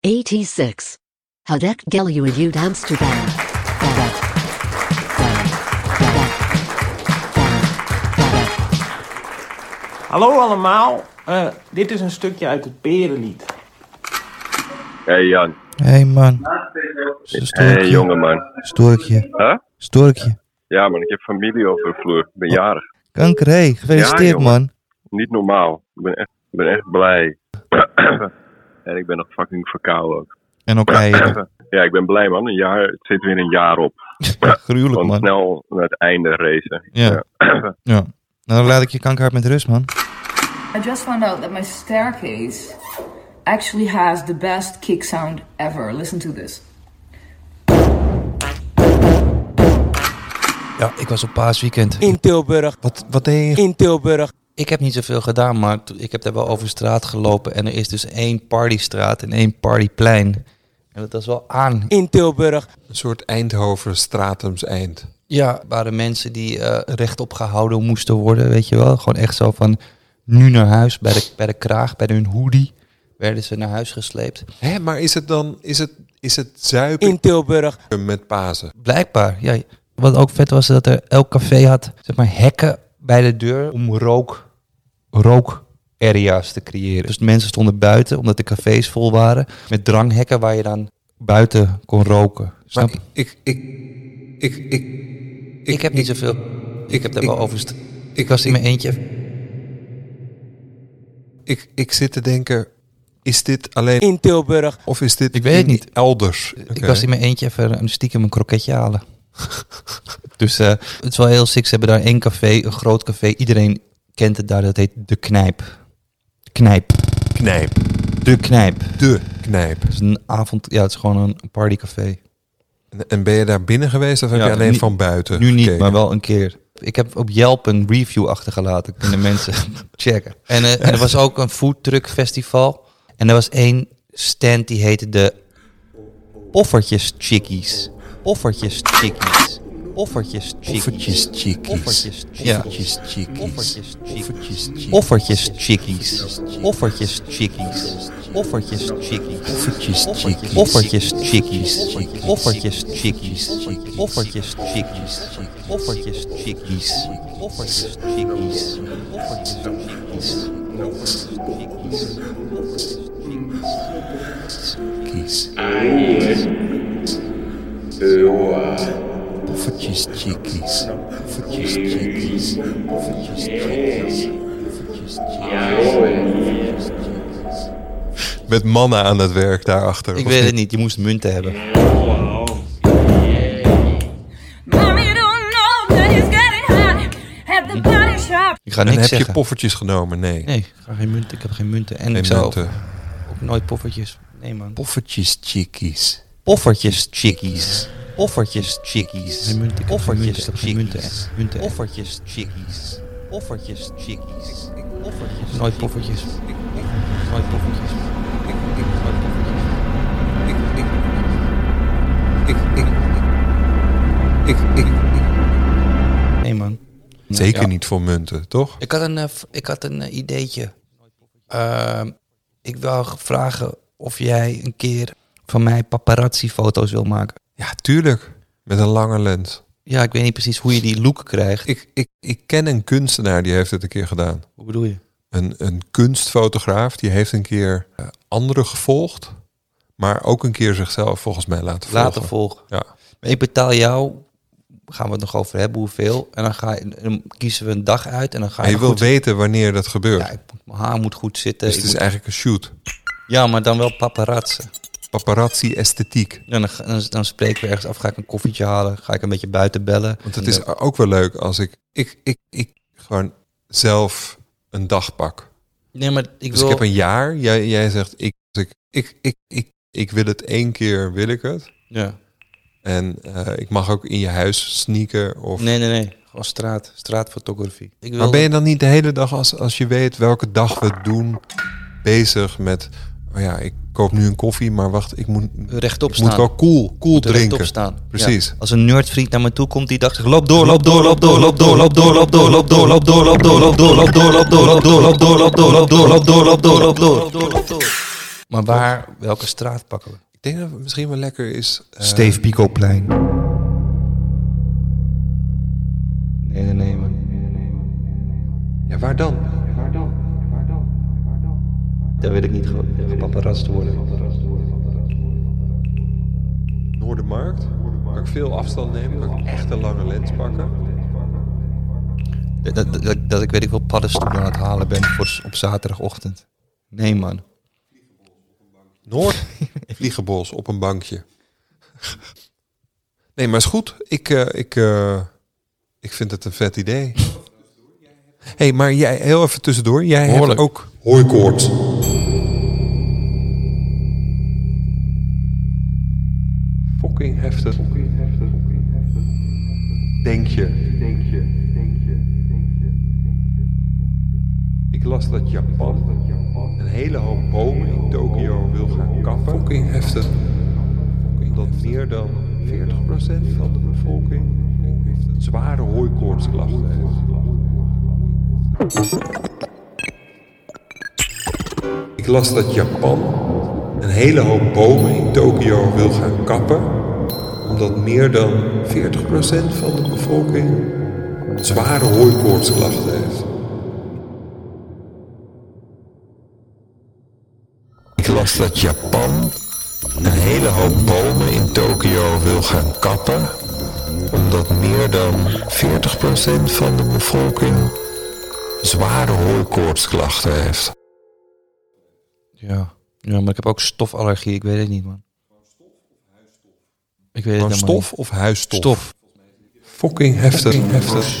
86. Hadek Geluwe uit Amsterdam. Hadek. Hadek. Hadek. Hadek. Hadek. Hallo allemaal, Eh, dit is een stukje uit het Perenlied. Hey Jan. Hé hey man, Hey storkje. jongeman. storkje, Huh? storkje. Ja man, ik heb familie over de vloer. Ik ben jarig. Kanker, hé, Ja, gefeliciteerd jongen. man. Niet normaal. Ik ben echt, ik ben echt blij. en ik ben nog fucking verkouden ook. En ook eieren. ja, ik ben blij man. Een jaar, het zit weer een jaar op. eh, Gruwelijk Gewoon man. snel naar het einde racen. Ja. ja. Nou, dan laat ik je kankerhard met rust man. I just found out that my staircase actually has the best kick sound ever. Listen to this. Ja, ik was op paasweekend. In Tilburg, Wat, wat deed je? in Tilburg. Ik heb niet zoveel gedaan, maar to- ik heb daar wel over straat gelopen. En er is dus één partystraat en één partyplein. En dat is wel aan. In Tilburg, Een soort Eindhoven, Stratums Eind. Ja, waren mensen die eh rechtop gehouden moesten worden, weet je wel. Gewoon echt zo van nu naar huis, bij de, bij de kraag, bij hun hoodie, werden ze naar huis gesleept. Hè, maar is het dan, is het, is het zuipen in Tilburg, met Pasen? Blijkbaar, ja. Wat ook vet was, dat er elk café had, zeg maar, hekken bij de deur om rook, rook areas te creëren. Dus de mensen stonden buiten, omdat de cafés vol waren, met dranghekken waar je dan buiten kon roken. Snap Maar je? ik, ik, ik, ik, ik, Ik, heb niet zoveel. Ik, heb daar ik- wel over. st- Ik was in mijn eentje. Ik, ik zit te denken, is dit alleen in Tilburg, of is dit Ik weet het in- niet. elders? Ik was in mijn eentje even een stiekem een kroketje halen. dus eh, het is wel heel sick. Ze hebben daar één café, een groot café. Iedereen kent het daar. Dat heet De Knijp. Knijp. knijp. De Knijp. De knijp. Het is een avond. Ja, het is gewoon een partycafé. En, en ben je daar binnen geweest of heb Ja, je alleen niet- van buiten Nu niet, gekeken? maar wel een keer. Ik heb op Yelp een review achtergelaten. Kunnen mensen checken. En, eh, en er was ook een foodtruck festival. En er was één stand die heette de Poffertjes Chickies. Poffertjes Chickies. Poffertjes Chickies. Poffertjes chickies. Poffertjes Ja. Chickies. Poffertjes Chickies. chickies. Poffertjes Chickies. Poffertjes Chickies. Poffertjes Chickies. Poffertjes Poffertjes Chickies. Poffertjes Chickies. Chickies. Poffertjes Chickies. Poffertjes Chickies. Poffertjes Chickies. Poffertjes Chickies. Poffertjes Chickies. Poffertjes Chickies. Kies. Poffertjes chickies. Poffertjes chickies. Poffertjes chickies. Poffertjes chickies. Met mannen aan het werk daarachter. Ik of weet niet? het niet, je moest munten hebben. Mommy don't know that it's getting hot at the body shop. Ik ga En niks heb je zeggen. poffertjes genomen? Nee. Nee, ik, ga geen munten, ik heb geen munten. En Geen ik zou munten. ook nooit poffertjes. Nee man. Poffertjes chickies. Poffertjes chickies. Poffertjes chickies. Poffertjes chickies. Poffertjes chickies. Poffertjes chickies. Poffertjes. Nooit poffertjes. Nooit poffertjes. Eh, Nee man. Zeker Ja. niet voor munten, toch? Ik had een, eh, v- ik had een eh, ideetje. Ehm, ik wou vragen of jij een keer van mij paparazzi foto's wil maken. Ja, tuurlijk. Met een lange lens. Ja, ik weet niet precies hoe je die look krijgt. Ik, ik, ik ken een kunstenaar die heeft het een keer gedaan. Hoe bedoel je? een, een kunstfotograaf die heeft een keer eh, anderen gevolgd. Maar ook een keer zichzelf volgens mij laten volgen. Laten volgen. Ja. Maar ik betaal jou, gaan we het nog over hebben hoeveel. En dan, ga je, dan kiezen we een dag uit en dan ga En je, je wil Ah, goed- weten wanneer dat gebeurt. Ja, ik moet- mijn haar moet goed zitten. ik dus het is moet- eigenlijk een shoot. ja, maar dan wel paparazzen. Paparazzi esthetiek. En dan, dan, dan spreken we ergens af, ga ik een koffietje halen, ga ik een beetje buiten bellen. Want het is ook wel leuk als ik, ik, ik, ik gewoon zelf een dag pak. Nee, maar ik Dus wil... ik heb een jaar. Jij, jij zegt, ik, ik, ik, ik, ik, ik wil het één keer, wil ik het. Ja. En eh, ik mag ook in je huis sneaken. Of... Nee, nee, nee. Gewoon straat. Straatfotografie. Ik wil Maar ben je dan niet de hele dag, als, als je weet welke dag we het doen, bezig met... Oh ja, ik koop nu een koffie, maar wacht, ik moet, rechtop ik moet staan. wel cool, cool Moet rechtop drinken. staan. Ja. Precies. Als een nerdvriend naar me toe komt, die dacht ik, loop door, loop door, loop door, loop door, loop door, loop door, loop door, loop door, loop door, loop door, loop door, loop door, loop door, loop door, loop door, loop door, loop door, loop door, loop door, loop door, loop door. Maar waar, welke straat pakken we? Ik denk dat het misschien wel lekker is... eh, Steve Picoplein. Nee, nee, nee, man. Ja, waar dan? Daar wil ik niet ge- gepaparazzt worden. Noordermarkt. Kan ik veel afstand nemen? Kan ik echt een lange lens pakken? Dat, dat, dat, dat ik weet ik wel paddenstoelen aan het halen ben voor, op zaterdagochtend. Nee, man. Noord? Vliegenbos op een bankje. Nee, maar is goed. Ik, eh, ik, eh, ik vind het een vet idee. hey, maar jij, heel even tussendoor. Jij hebt Behoorlijk. ook hooikoorts. Fucking heftig. Denk je. Denk je. Denk je. Denk je. Ik las dat Japan een hele hoop bomen in Tokio wil gaan kappen. Fucking heftig. Dat meer dan 40% van de bevolking zware hooikoortsklachten heeft. Ik las dat Japan een hele hoop bomen in Tokio wil gaan kappen. Omdat meer dan 40% van de bevolking zware hooikoortsklachten heeft. Ik las dat Japan een hele hoop bomen in Tokio wil gaan kappen, omdat meer dan 40% van de bevolking zware hooikoortsklachten heeft. Ja. Ja, maar ik heb ook stofallergie. Ik weet het niet, man. Ik weet het Maar helemaal stof of huisstof? niet. Stof. Fucking heftig. heftig.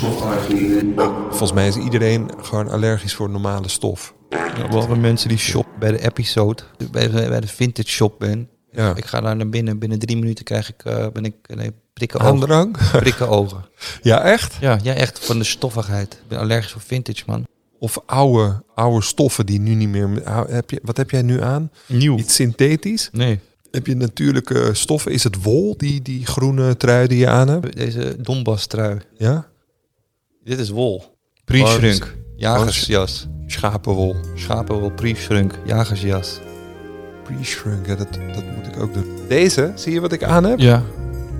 Volgens mij is iedereen gewoon allergisch voor normale stof. Ja, behalve mensen die shop bij de episode, bij de, bij de vintage shop ben. Ja. Ik ga daar naar binnen. Binnen drie minuten krijg ik, eh, ben ik nee, prikken ogen. Aandrang? Prikken ogen. Ja, echt? Ja, ja, echt van de stoffigheid. Ik ben allergisch voor vintage, man. Of oude, oude stoffen die nu niet meer... Heb je, wat heb jij nu aan? Nieuw. Iets synthetisch? Nee. Heb je natuurlijke stoffen? Is het wol, die, die groene trui die je aan hebt? Deze Donbass trui. Ja? Dit is wol. Pre-shrunk. Jagersjas. Schapenwol. Schapenwol, pre-shrunk, jagersjas. Pre-shrunk, ja, dat, dat moet ik ook doen. Deze, zie je wat ik aan heb? Ja.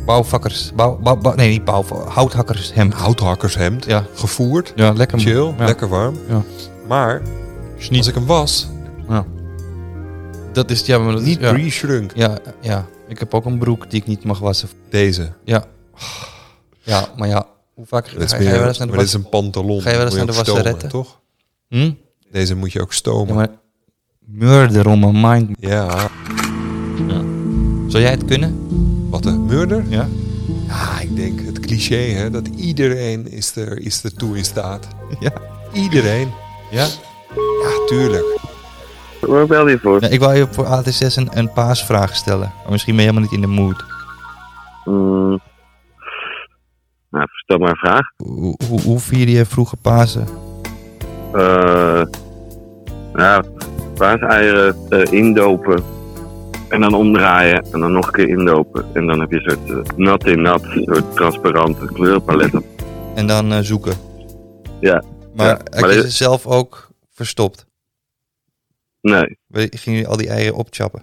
Bouwvakkers. Bouw, bouw, bouw- nee, niet bouwvakkers. Houthakkers hemd. Houthakkershemd. Ja. Gevoerd. Ja, lekker man. Chill. Ja. Lekker warm. Ja. Maar, Schniet. als ik hem was, Ja. Dat is, ja, maar dat is- niet ja. pre-shrunk. Ja, ja. Ik heb ook een broek die ik niet mag wassen. Deze. Ja. Ja, maar ja. Hoe vaak Dat is ga, meer- je wel eens naar de maar dit is was? een pantalon. Ga je wel eens Moet naar de ook stomen, wasseretten? toch? Hm? Deze moet je ook Ja, stomen. Ja. maar murder on my mind. Zou jij het kunnen? Wat een murder? Ja. Ja, ik denk het cliché, hè. Dat iedereen is er, is er toe in staat. Ja. Iedereen. Ja? Ja, tuurlijk. Waar bel je voor? Nee, ik wou je voor AT6 een, een paasvraag stellen. Maar misschien ben je helemaal niet in de mood. Mm. Nou, stel maar een vraag. Hoe, hoe, hoe vierde je vroeger Pasen? Eh nou, paaseieren eh, indopen. En dan omdraaien. En dan nog een keer indopen. En dan heb je een soort eh, nat in nat. Een soort transparante kleurenpaletten. En dan eh, zoeken. Ja. Maar Ja, heb maar je dit- ze zelf ook verstopt? Nee, We- Gingen jullie al die eieren opchappen?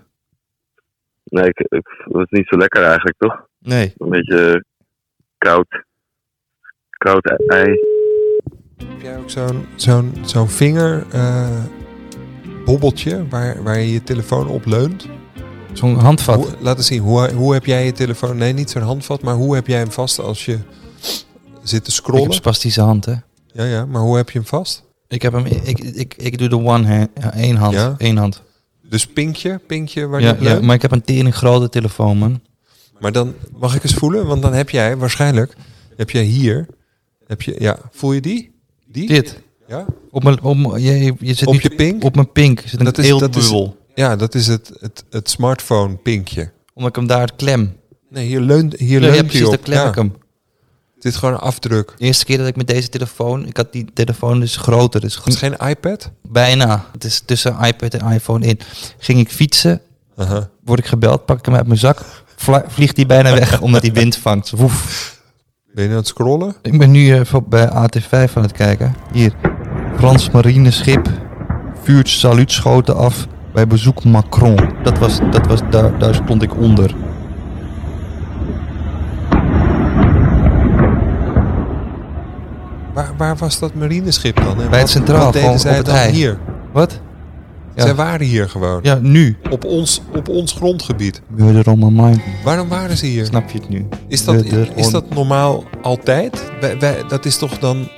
nee ik, ik- dat is niet zo lekker eigenlijk, toch? Nee. Een beetje eh, koud. Koud ei. Heb jij ook zo'n zo'n zo'n vinger... eh, bobbeltje waar, waar je je telefoon op leunt? Zo'n handvat. Hoe, laat eens zien, hoe, hoe heb jij je telefoon... Nee, niet zo'n handvat, maar hoe heb jij hem vast als je zit te ik heb scrollen? spastische hand, hè. Ja, ja, maar hoe heb je hem vast? Ik heb hem, ik, ik, ik doe de one hand, ja, één hand, Ja? één hand. Dus pinkje, pinkje waar Ja, je ja, maar ik heb een tering grote telefoon, man. Maar dan mag ik eens voelen, want dan heb jij waarschijnlijk, heb jij hier, heb je, ja, voel je die? Die? Dit. Ja, Op mijn, op, mijn- je, je- je zit Op niet- je pink? Op mijn pink zit een Dat is- dat is- eelbubbel. ja dat is het, het, het smartphone pinkje. Omdat ik hem daar klem. Nee, hier leunt, hier Ja, leunt ja, hij precies, op. daar klem Ja, ik hem. Het is gewoon een afdruk. De eerste keer dat ik met deze telefoon... Ik had die telefoon dus groter. Dus Het is gro- geen iPad. bijna. Het is tussen iPad en iPhone in. Ging ik fietsen. Aha. Word ik gebeld. Pak ik hem uit mijn zak. vla- vliegt hij bijna weg omdat hij wind vangt. Woef. Ben je aan het scrollen? Ik ben nu even op, bij AT5 aan het kijken. Hier. Frans marineschip vuurt saluutschoten af bij bezoek Macron. Dat was, dat was, daar, daar stond ik onder. Waar, waar was dat marineschip dan? En Bij het wat- centraal, Wat deden gewoon op zij het dan ei. hier? Wat? Ja. Zij waren hier gewoon. Ja, nu. Op, ons, op ons grondgebied. Murder on my mind. Waarom waren ze hier? Snap je het nu? Is dat, Murder is on- dat normaal altijd? Wij, wij, dat is toch dan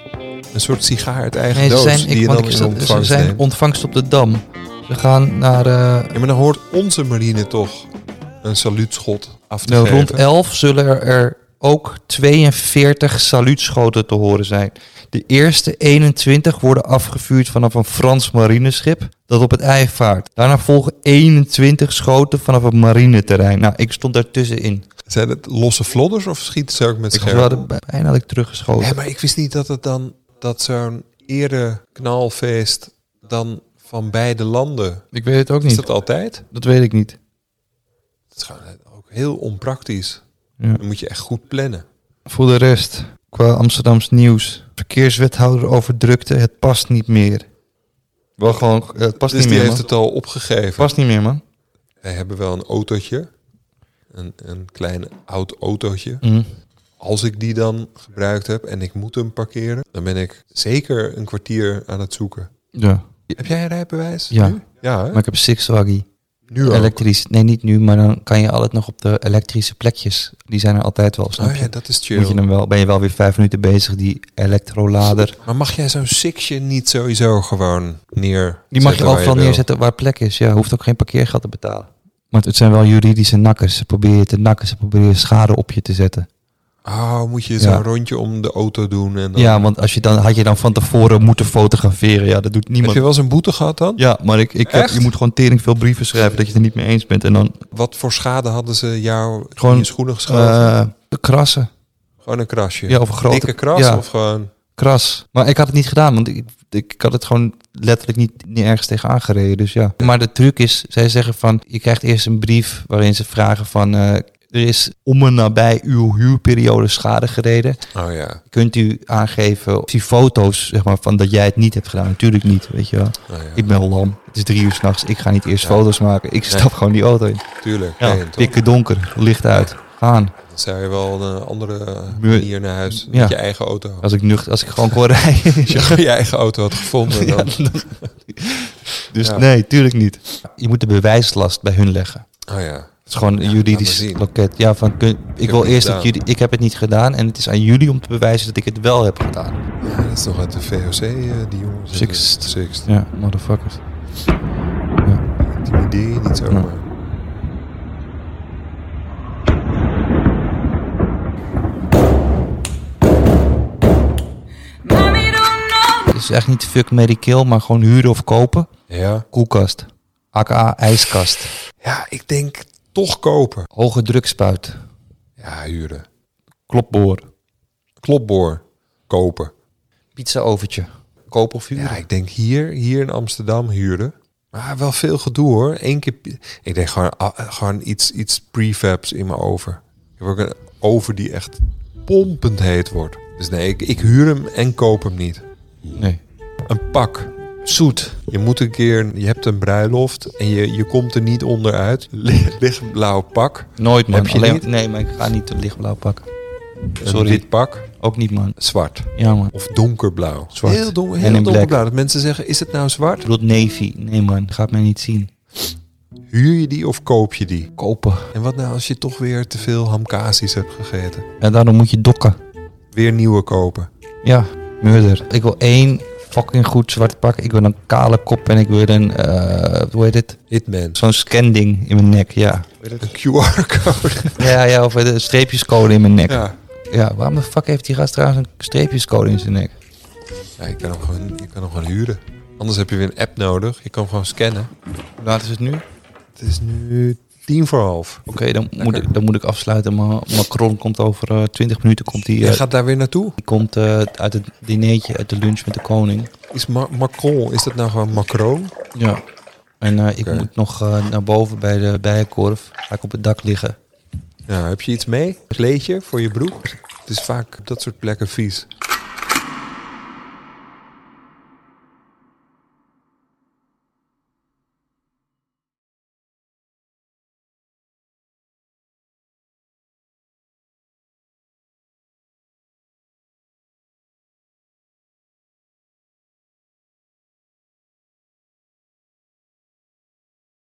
een soort sigaar uit eigen Nee, ze doos zijn, die ik, je want dan ik in zat, ze ontvangst zijn neemt? ontvangst op de Dam. Ze gaan naar... eh, Ja, maar dan hoort onze marine toch een saluutschot af te nou, geven. rond 11 zullen er, er ook 42 saluutschoten te horen zijn. De eerste 21 worden afgevuurd vanaf een Frans marineschip dat op het ei vaart. Daarna volgen 21 schoten vanaf het marineterrein. Nou, ik stond daartussenin. Zijn het losse vlodders of schieten ze ook met Ik scherp? was wel bijna had ik teruggeschoten. Ja, maar ik wist niet dat het dan dat zo'n ere knalfeest dan van beide landen. Ik weet het ook Is niet. dat altijd? Dat weet ik niet. Dat is gewoon ook heel onpraktisch. Ja. Dan moet je echt goed plannen. Voor de rest, qua Amsterdams nieuws. Verkeerswethouder over drukte, het past niet meer. Wel gewoon, eh, het past dus niet die meer, man. heeft het al opgegeven. Het past niet meer, man. Wij hebben wel een autootje. Een, een klein oud autootje. Mhm. Als ik die dan gebruikt heb en ik moet hem parkeren, dan ben ik zeker een kwartier aan het zoeken. Ja. Heb jij een rijbewijs? Ja. Nu? Ja, hè? Maar ik heb Sixwaggy. nu al. Elektrisch. Nee, niet nu, maar dan kan je altijd nog op de elektrische plekjes. Die zijn er altijd wel, snap Oh je? ja, dat is Moet je chill. dan wel, ben je wel weer vijf minuten bezig, die elektrolader. Maar mag jij zo'n sixje niet sowieso gewoon neer? Die mag je overal eh, neerzetten waar plek is. Ja, hoeft ook geen parkeergeld te betalen. Maar het zijn wel juridische nakkers. Ze proberen je te nakken, ze proberen schade op je te zetten. Oh, moet je Ja. zo'n rondje om de auto doen en dan. Ja, want als je dan, had je dan van tevoren moeten fotograferen. Ja, dat doet Heb niemand. je wel eens een boete gehad dan? Ja, maar ik, ik heb, Echt? je moet gewoon tering veel brieven schrijven dat je het er niet mee eens bent. En dan Wat voor schade hadden ze jou gewoon Gewoon, in je schoenen geschoten? eh de krassen. gewoon een krasje. Ja, of een grote- dikke kras ja. of gewoon. Kras. Maar ik had het niet gedaan, want ik, ik had het gewoon letterlijk niet, niet ergens tegen aangereden. Dus ja. Maar de truc is, zij zeggen van, je krijgt eerst een brief waarin ze vragen van, eh, er is om en nabij uw huurperiode schade gereden. Oh ja. Kunt u aangeven of die foto's, zeg maar, van dat jij het niet hebt gedaan? Natuurlijk niet, weet je wel. Oh ja. Ik ben lam. Het is drie uur s'nachts. Ik ga niet eerst foto's maken. Ik stap gewoon die auto in. Tuurlijk. Ja, nee, toch? dikke donker, licht uit. Gaan. Dan zou je wel een eh, andere Muur- manier naar huis met Ja. je eigen auto. Als ik nuchter, als ik gewoon kon rijden. Als je je eigen auto had gevonden, Ja, dan... dan- dus Ja. nee, tuurlijk niet. Je moet de bewijslast bij hun leggen. Oh ja. Het is gewoon een laat maar juridisch zien. loket. Ja, van kun- ik, heb wil het eerst gedaan. dat jullie, ik heb het niet gedaan en het is aan jullie om te bewijzen dat ik het wel heb gedaan. Ja, dat is nog uit de VOC, eh, die jongens. Sixt. Sixt. Ja, motherfuckers. Intimideer je niet zomaar. Mommy don't know Het is echt niet fuck, Mary kill, maar gewoon huren of kopen. Ja. Koelkast. AKA ijskast. Ja, ik denk toch kopen. Hoge drukspuit. Ja, huren. Klopboor. Klopboor. Kopen. Pizza overtje. Kopen of huren. Ja, ik denk hier, hier in Amsterdam huren. Maar wel veel gedoe hoor. Eén keer. pi- Ik denk gewoon, ah, gewoon iets, iets prefabs in mijn over. Ik heb ook een over die echt pompend heet wordt. Dus nee, ik, ik huur hem en koop hem niet. Nee. Een pak. Zoet. Je moet een keer, je hebt een bruiloft en je, je komt er niet onderuit. Li- Lichtblauw pak. Nooit man. Heb je Alleen- niet? Nee, maar ik ga niet te lichtblauw pakken. Een Sorry. wit pak. Ook niet man. Zwart. Ja man. Of donkerblauw. Zwart. Heel, don En heel in black. donkerblauw. Dat mensen zeggen, is het nou zwart? Ik bedoel Navy. Nee man, gaat mij niet zien. Huur je die of koop je die? Kopen. En wat nou als je toch weer te veel hamkazis hebt gegeten? En daarom moet je dokken. Weer nieuwe kopen. Ja, murder. Ik wil één fucking goed zwart pak. Ik wil een kale kop en ik wil een, eh, hoe heet het? Hitman. Zo'n scanding in mijn nek, ja. Een QR-code. Ja, ja, of een streepjescode in mijn nek. Ja. ja. waarom de fuck heeft die gast trouwens een streepjescode in zijn nek? ja je, kan hem gewoon, je kan hem gewoon huren. Anders heb je weer een app nodig. Je kan hem gewoon scannen. Hoe laat is het nu? Oké, Het is nu tien voor half. dan, moet ik, dan moet ik afsluiten. Maar Macron komt over eh, 20 minuten. Komt die, Je eh, gaat daar weer naartoe. die komt eh, uit het dinertje, uit de lunch met de koning. Is Ma- Macron, is dat nou gewoon Macron? Ja. En eh, ik Oké. moet nog eh, naar boven bij de bijenkorf. Ga ik op het dak liggen. Ja, heb je iets mee? Een kleedje voor je broek? Het is vaak op dat soort plekken vies.